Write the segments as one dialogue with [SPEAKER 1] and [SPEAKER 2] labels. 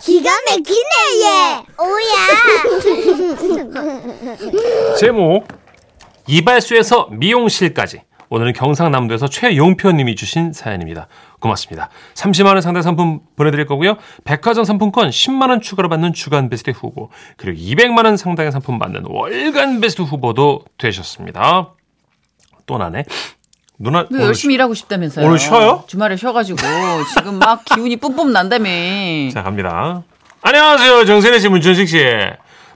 [SPEAKER 1] 기가 막히네 얘. 오야.
[SPEAKER 2] 제목 이발소에서 미용실까지 오늘은 경상남도에서 최용표님이 주신 사연입니다. 고맙습니다. 30만 원 상당 상품 보내드릴 거고요. 백화점 상품권 10만 원 추가로 받는 주간 베스트 후보 그리고 200만 원 상당의 상품 받는 월간 베스트 후보도 되셨습니다. 또 나네. 누나
[SPEAKER 3] 너
[SPEAKER 2] 오늘
[SPEAKER 3] 네, 열심히 일하고 싶다면서요.
[SPEAKER 2] 오늘 쉬어요?
[SPEAKER 3] 주말에 쉬어가지고 지금 막 기운이 뿜뿜 난다며.
[SPEAKER 2] 쉬- 자 갑니다. 안녕하세요 정세례 씨 문준식 씨.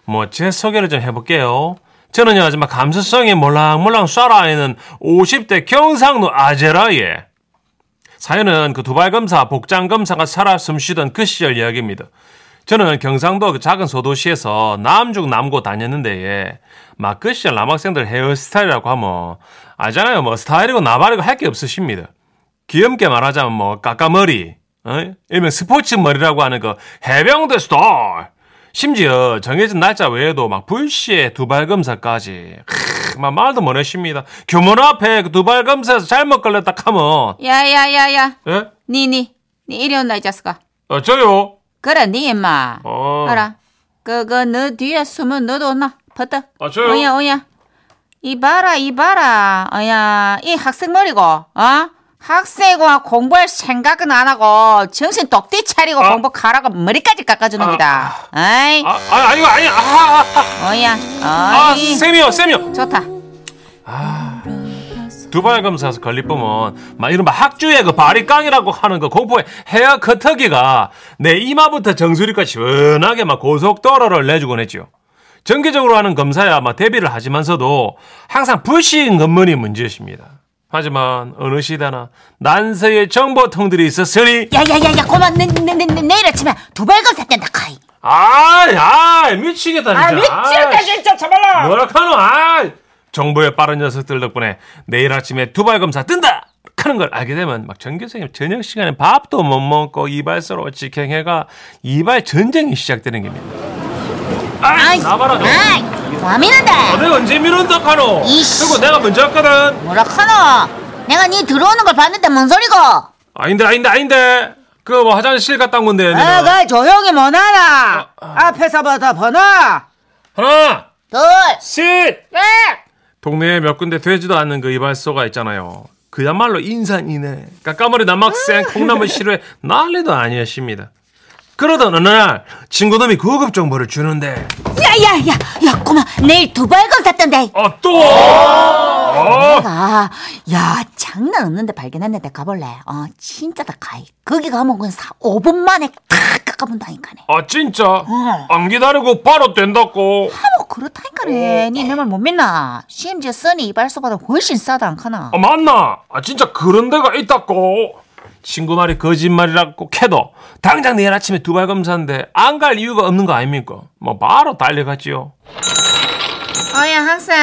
[SPEAKER 2] 뭐 제 소개를 좀 해볼게요. 저는요 아줌마 감수성이 몰랑몰랑 쏴라에는 50대 경상도 아재라예. 사연은 그 두발 검사, 복장 검사가 살아 숨쉬던 그 시절 이야기입니다. 저는 경상도 그 작은 소도시에서 남중 남고 다녔는데 예. 막 그 시절 남학생들 헤어스타일이라고 하면 알잖아요. 뭐 스타일이고 나발이고 할 게 없으십니다. 귀엽게 말하자면 뭐 까까머리, 어? 일명 스포츠 머리라고 하는 그 해병대 스타일. 심지어 정해진 날짜 외에도 막 불시에 두발 검사까지. 크, 막 말도 못하십니다. 교문 앞에 그 두발 검사에서 잘못 걸렸다 하면
[SPEAKER 3] 야야야야.
[SPEAKER 2] 예?
[SPEAKER 3] 니니. 니 이리 온나 이 자식아.
[SPEAKER 2] 어, 저요?
[SPEAKER 3] 그래 니 임마.
[SPEAKER 2] 어.
[SPEAKER 3] 알아. 그거 너 뒤에 숨은 너도 온나. 버터.
[SPEAKER 2] 아, 저요?
[SPEAKER 3] 어야 어야. 이봐라 이봐라. 어야 이 학생 머리고 어? 학생과 공부할 생각은 안 하고 정신 똑띠 차리고
[SPEAKER 2] 아.
[SPEAKER 3] 공부 가라고 머리까지 깎아주는 기다. 아이
[SPEAKER 2] 아, 아, 아니고, 아니, 아, 아, 아,
[SPEAKER 3] 어야
[SPEAKER 2] 아,
[SPEAKER 3] 어이
[SPEAKER 2] 쌤이요, 쌤이요.
[SPEAKER 3] 좋다. 뭐
[SPEAKER 2] 두발 검사에서 걸리보면, 막 이런 막 학주의 그 바리깡이라고 하는 그 공포의 헤어 커터기가 내 이마부터 정수리까지 시원하게 막 고속도로를 내주곤 했죠. 정기적으로 하는 검사야 막 대비를 하지만서도 항상 불신 검문이 문제십니다. 하지만 어느 시대나 난세의 정보통들이 있었으니
[SPEAKER 3] 야야야야 고만 내, 내, 내, 내, 내일 아침에 두발 검사 뗀다 카이
[SPEAKER 2] 아이, 아이, 미치겠다, 진짜. 아이씨.
[SPEAKER 3] 진짜 참말라
[SPEAKER 2] 뭐라카노 아 정부의 빠른 녀석들 덕분에 내일 아침에 두발 검사 뜬다 하는 걸 알게 되면 막 전교생이 저녁 시간에 밥도 못 먹고 이발소로 직행해가 이발 전쟁이 시작되는 겁니다. 아이 나봐라 너.
[SPEAKER 3] 아이 와미는데
[SPEAKER 2] 너네 언제 미룬다 카노?
[SPEAKER 3] 이씨.
[SPEAKER 2] 그리고 내가 먼저 했거든.
[SPEAKER 3] 뭐라 카노 내가 니 들어오는 걸 봤는데 뭔 소리고
[SPEAKER 2] 아닌데 아닌데 아닌데 그 뭐 화장실 갔다 온 건데. 니는.
[SPEAKER 3] 아가 조용히 못하나 앞에서부터 번호
[SPEAKER 2] 하나
[SPEAKER 3] 둘셋
[SPEAKER 2] 셋. 동네에 몇 군데 되지도 않는 그 이발소가 있잖아요. 그야말로 인산이네. 그러니까 까까머리 남학생 콩나물 시루에 난리도 아니었습니다. 그러던 어느 날 친구놈이 구급 정보를 주는데
[SPEAKER 3] 야야야 야 고마 내일 두발 검사 뗀다
[SPEAKER 2] 아 또! 어!
[SPEAKER 3] 아야 장난 없는데 발견했는데 가볼래 어 진짜다 카이 거기 가면 그사 5분 만에 탁 깎아본다니까네
[SPEAKER 2] 아 진짜? 안 기다리고 바로 된다고
[SPEAKER 3] 뭐 그렇다니까네. 니내 말 못 믿나? 심지어 써니 이발소보다 훨씬 싸다 않카나?
[SPEAKER 2] 아 맞나? 아 진짜 그런 데가 있다고 친구 말이 거짓말이라고 캐도 당장 내일 아침에 두발 검사인데 안 갈 이유가 없는 거 아닙니까? 뭐 바로 달려갔지요
[SPEAKER 3] 어야 학생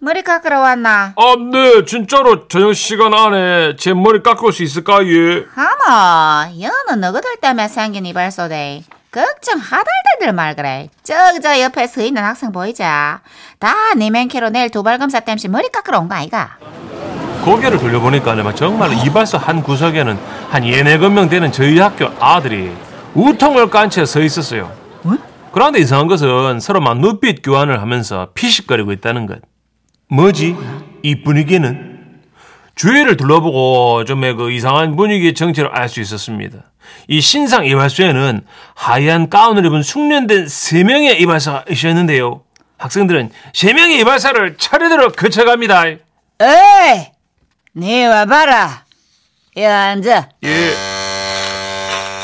[SPEAKER 3] 머리 깎으러 왔나?
[SPEAKER 2] 아, 네, 진짜로 저녁 시간 안에 제 머리 깎을 수 있을까, 예?
[SPEAKER 3] 하마 여는 너희들 때문에 생긴 이발소대. 걱정 하달달들 말 그래. 저기 저 옆에 서 있는 학생 보이자. 다네 맨키로 내일 두발 검사 땜시 머리 깎으러 온 거 아이가?
[SPEAKER 2] 고개를 돌려보니까 막 정말로 이발소 한 구석에는 한 예네 건명 되는 저희 학교 아들이 우통을 깐 채 서 있었어요. 그런데 이상한 것은 서로 막 눈빛 교환을 하면서 피식거리고 있다는 것. 뭐지? 이 분위기는? 주위를 둘러보고 좀의 그 이상한 분위기의 정체를 알 수 있었습니다. 이 신상 이발소에는 하얀 가운을 입은 숙련된 세명의 이발사가 있었는데요. 학생들은 세명의 이발사를 차례대로 거쳐갑니다.
[SPEAKER 3] 에이, 네 와봐라. 야 앉아.
[SPEAKER 2] 예.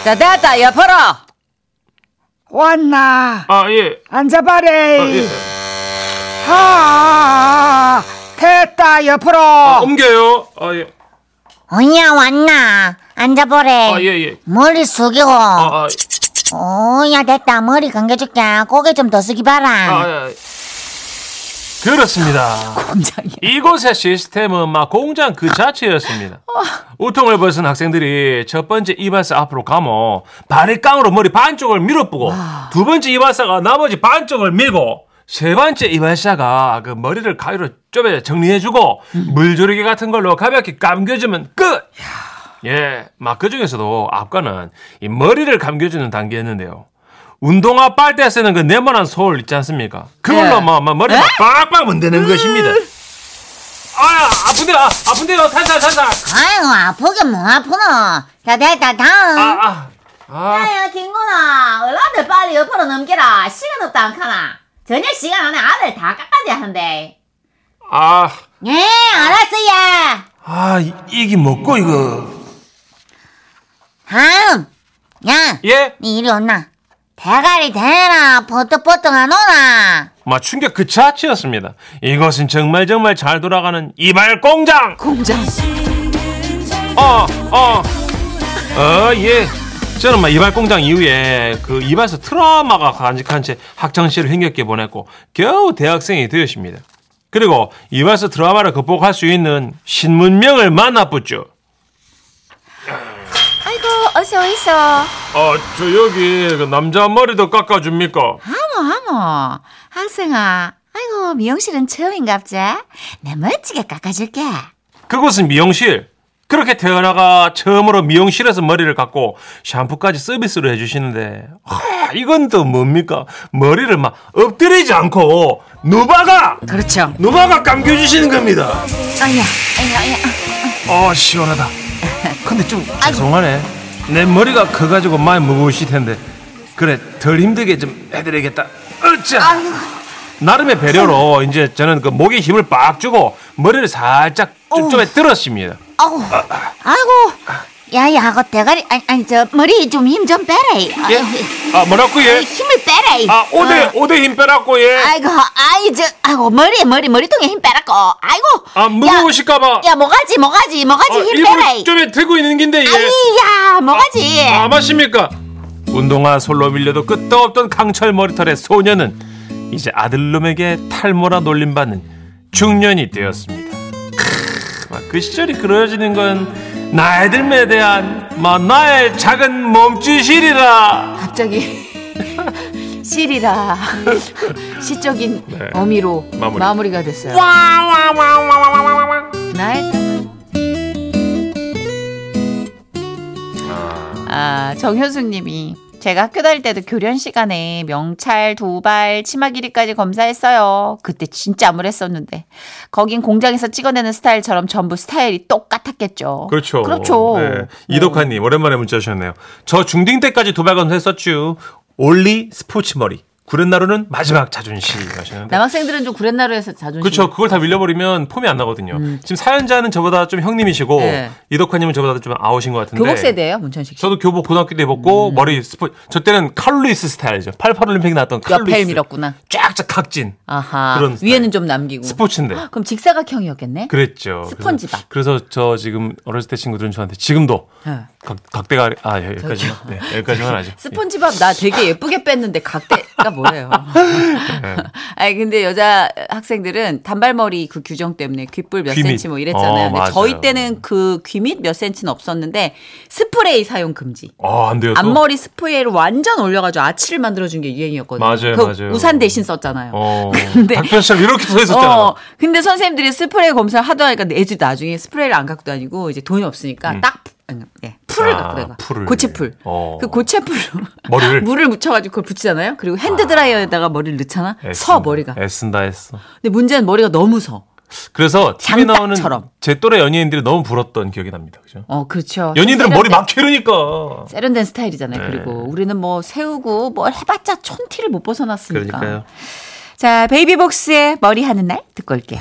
[SPEAKER 3] 자 됐다 옆으로.
[SPEAKER 4] 왔나
[SPEAKER 2] 아, 예. 아, 예.
[SPEAKER 4] 앉아봐래 하 아, 됐다 옆으로
[SPEAKER 2] 옮겨요. 아, 예.
[SPEAKER 3] 어야 왔나? 앉아보래.
[SPEAKER 2] 아, 예, 예.
[SPEAKER 3] 머리 숙이고.
[SPEAKER 2] 아, 아,
[SPEAKER 3] 오야 됐다 머리 감겨줄게 고개 좀 더 숙이
[SPEAKER 2] 아,
[SPEAKER 3] 봐라
[SPEAKER 2] 아, 아. 그렇습니다.
[SPEAKER 3] 공장이
[SPEAKER 2] 이곳의 시스템은 막 공장 그 자체였습니다. 우통을 벗은 학생들이 첫 번째 이발사 앞으로 가면 바리깡으로 머리 반쪽을 밀어보고 두 번째 이발사가 나머지 반쪽을 밀고 세 번째 이발사가 그 머리를 가위로 쪼매 정리해주고 물조리개 같은 걸로 가볍게 감겨주면 끝. 예, 막 그 중에서도 아까는 이 머리를 감겨주는 단계였는데요. 운동화 빨대 쓰는 그 네모난 솔 있지 않습니까? 그걸로
[SPEAKER 3] 예.
[SPEAKER 2] 막, 막 머리 막 빡빡 문대는 것입니다. 아, 아픈데요, 아, 아픈데요, 살살, 살살.
[SPEAKER 3] 아유 아프게 뭐 아프노 자 됐다 다음
[SPEAKER 2] 아, 아, 아,
[SPEAKER 3] 아유 김구나 얼라들 빨리 옆으로 넘기라 시간 없다 안카나 저녁 시간 안에 아들 다 깎아줘야 한대
[SPEAKER 2] 아,
[SPEAKER 3] 예 알았어요
[SPEAKER 2] 아, 이- 이게 먹고 이거.
[SPEAKER 3] 다음 야
[SPEAKER 2] 예,
[SPEAKER 3] 니 이리 온나 대가리 대라 보떡보떡 안 오나
[SPEAKER 2] 마 충격 그 자체였습니다. 이것은 정말 정말 잘 돌아가는 이발 공장.
[SPEAKER 4] 공장.
[SPEAKER 2] 어, 어. 어, 예. 저는 막 이발 공장 이후에 그 이발소 트라우마가 간직한 채 학창 시를 힘겹게 보냈고 겨우 대학생이 되었습니다. 그리고 이발소 트라우마를 극복할 수 있는 신문명을 만나보죠.
[SPEAKER 1] 아이고 어서 있어.
[SPEAKER 2] 아, 저 여기 그 남자 머리도 깎아줍니까?
[SPEAKER 3] 하모 하모 어, 학생아 아이고 미용실은 처음인갑자 내 멋지게 깎아줄게
[SPEAKER 2] 그곳은 미용실. 그렇게 태어나가 처음으로 미용실에서 머리를 깎고 샴푸까지 서비스로 해주시는데 하, 이건 또 뭡니까? 머리를 막 엎드리지 않고 누바가
[SPEAKER 4] 그렇죠.
[SPEAKER 2] 누바가 감겨주시는 겁니다.
[SPEAKER 3] 아야 아야 아야
[SPEAKER 2] 어 시원하다. 근데 좀 죄송하네. 내 머리가 커가지고 많이 무거우실 텐데 그래 덜 힘들게 좀 해드리겠다. 어짜. 나름의 배려로 이제 저는 그 목에 힘을 빡 주고 머리를 살짝
[SPEAKER 3] 어.
[SPEAKER 2] 쭉쭉에 들었습니다.
[SPEAKER 3] 아우 아이고 야야 그 대가리 아니 아니 저 머리 좀 힘 좀 빼래
[SPEAKER 2] 예? 아 뭐라고 예?
[SPEAKER 3] 힘을 빼래
[SPEAKER 2] 아 오대
[SPEAKER 3] 어.
[SPEAKER 2] 오대 힘 빼라고 예.
[SPEAKER 3] 아이고 아이 저 아이고 머리 머리 머리통에 힘 빼라고 아이고
[SPEAKER 2] 아 무거우실까봐.
[SPEAKER 3] 야 모가지 모가지 모가지
[SPEAKER 2] 어,
[SPEAKER 3] 힘
[SPEAKER 2] 일부러
[SPEAKER 3] 빼래
[SPEAKER 2] 좀 들고 있는 긴데 예.
[SPEAKER 3] 아이야 뭐가지
[SPEAKER 2] 아 맞습니까? 운동화 솔로 밀려도 끝도 없던 강철 머리털의 소녀는 이제 아들놈에게 탈모라 놀림받는 중년이 되었습니다. 크, 막그 시절이 그려지는 건 나의 들에 대한 막 나의 작은 몸짓이라.
[SPEAKER 5] 갑자기 실이라
[SPEAKER 3] 음,
[SPEAKER 5] 시적인
[SPEAKER 2] 네.
[SPEAKER 5] 어미로
[SPEAKER 2] 마무리.
[SPEAKER 5] 마무리. 가 됐어요. 나의 아 정효숙님이 제가 학교 다닐 때도 교련 시간에 명찰, 도발, 치마 길이까지 검사했어요. 그때 진짜 암울했었는데 거긴 공장에서 찍어내는 스타일처럼 전부 스타일이 똑같았겠죠.
[SPEAKER 2] 그렇죠.
[SPEAKER 5] 그렇죠.
[SPEAKER 2] 네. 이덕환님 오랜만에 문자 주셨네요. 저 중딩 때까지 도발건 했었죠. 올리 스포츠 머리. 구른 나루는 마지막 자존심 하시는데.
[SPEAKER 5] 남학생들은 좀 구렛나루에서 자존심.
[SPEAKER 2] 그렇죠. 그걸 다 밀려버리면 폼이 안 나거든요. 지금 사연자는 저보다 좀 형님이시고
[SPEAKER 5] 음. 네.
[SPEAKER 2] 이덕환님은 저보다 좀 아우신 것 같은데.
[SPEAKER 5] 교복 세대예요, 음. 문천식 씨.
[SPEAKER 2] 저도 교복 고등학교 때 입었고 머리 스포. 저 때는 칼루이스 스타일이죠. 88올림픽 나왔던 칼루이스.
[SPEAKER 5] 옆에 밀었구나.
[SPEAKER 2] 쫙쫙 각진.
[SPEAKER 5] 아하.
[SPEAKER 2] 그런 스타일.
[SPEAKER 5] 위에는 좀 남기고.
[SPEAKER 2] 스포츠인데.
[SPEAKER 5] 그럼 직사각형이었겠네.
[SPEAKER 2] 그랬죠.
[SPEAKER 5] 스펀지밥.
[SPEAKER 2] 그래서, 그래서 저 지금 어렸을 때 친구들은 저한테 지금도
[SPEAKER 5] 네.
[SPEAKER 2] 각, 각대가리 아 예, 여기까지만 네, 여기까지만 하죠.
[SPEAKER 5] 스폰지밥 나 되게 예쁘게 뺐는데 각대가 뭐래요.
[SPEAKER 2] 네.
[SPEAKER 5] 아니 근데 여자 학생들은 단발머리 그 규정 때문에 귓불 몇
[SPEAKER 2] 귀밑.
[SPEAKER 5] 센치 뭐 이랬잖아요.
[SPEAKER 2] 어,
[SPEAKER 5] 근데
[SPEAKER 2] 맞아요.
[SPEAKER 5] 저희 때는 그 귀밑 몇 센치는 없었는데 스프레이 사용 금지.
[SPEAKER 2] 어, 아안 돼요. 또?
[SPEAKER 5] 앞머리 스프레이를 완전 올려가지고 아치를 만들어준 게 유행이었거든요.
[SPEAKER 2] 맞아요,
[SPEAKER 5] 그
[SPEAKER 2] 맞아요.
[SPEAKER 5] 우산 대신 썼잖아요.
[SPEAKER 2] 어.
[SPEAKER 5] 근데-
[SPEAKER 2] 닭뼈처럼 이렇게 서 있었잖아요.
[SPEAKER 5] 어, 근데 선생님들이 스프레이 검사를 하다 보니까 애들이 나중에 스프레이를 안 갖고 다니고 이제 돈이 없으니까 딱 음, 예, 풀을
[SPEAKER 2] 아,
[SPEAKER 5] 갖고 다가
[SPEAKER 2] 풀을.
[SPEAKER 5] 고체풀.
[SPEAKER 2] 어.
[SPEAKER 5] 그 고체풀로
[SPEAKER 2] 머리를?
[SPEAKER 5] 물을 묻혀가지고 그걸 붙이잖아요. 그리고 핸드 드라이어에다가 머리를 넣잖아. 서
[SPEAKER 2] 애쓴다. 예.
[SPEAKER 5] 머리가.
[SPEAKER 2] 애쓴다 했어.
[SPEAKER 5] 근데 문제는 머리가 너무 서.
[SPEAKER 2] 그래서 TV 나오는
[SPEAKER 5] 장딱처럼.
[SPEAKER 2] 제 또래 연예인들이 너무 부럽던 기억이 납니다. 그죠?
[SPEAKER 5] 어 그렇죠.
[SPEAKER 2] 연예인들은 뭐? 네.
[SPEAKER 5] 세련된-
[SPEAKER 2] 머리 막 기르니까.
[SPEAKER 5] 세련된 스타일이잖아요. 그리고 우리는 뭐 세우고 뭘 해봤자 촌티를 못 벗어났으니까. 자 베이비복스의 머리 하는 날 듣고 올게요.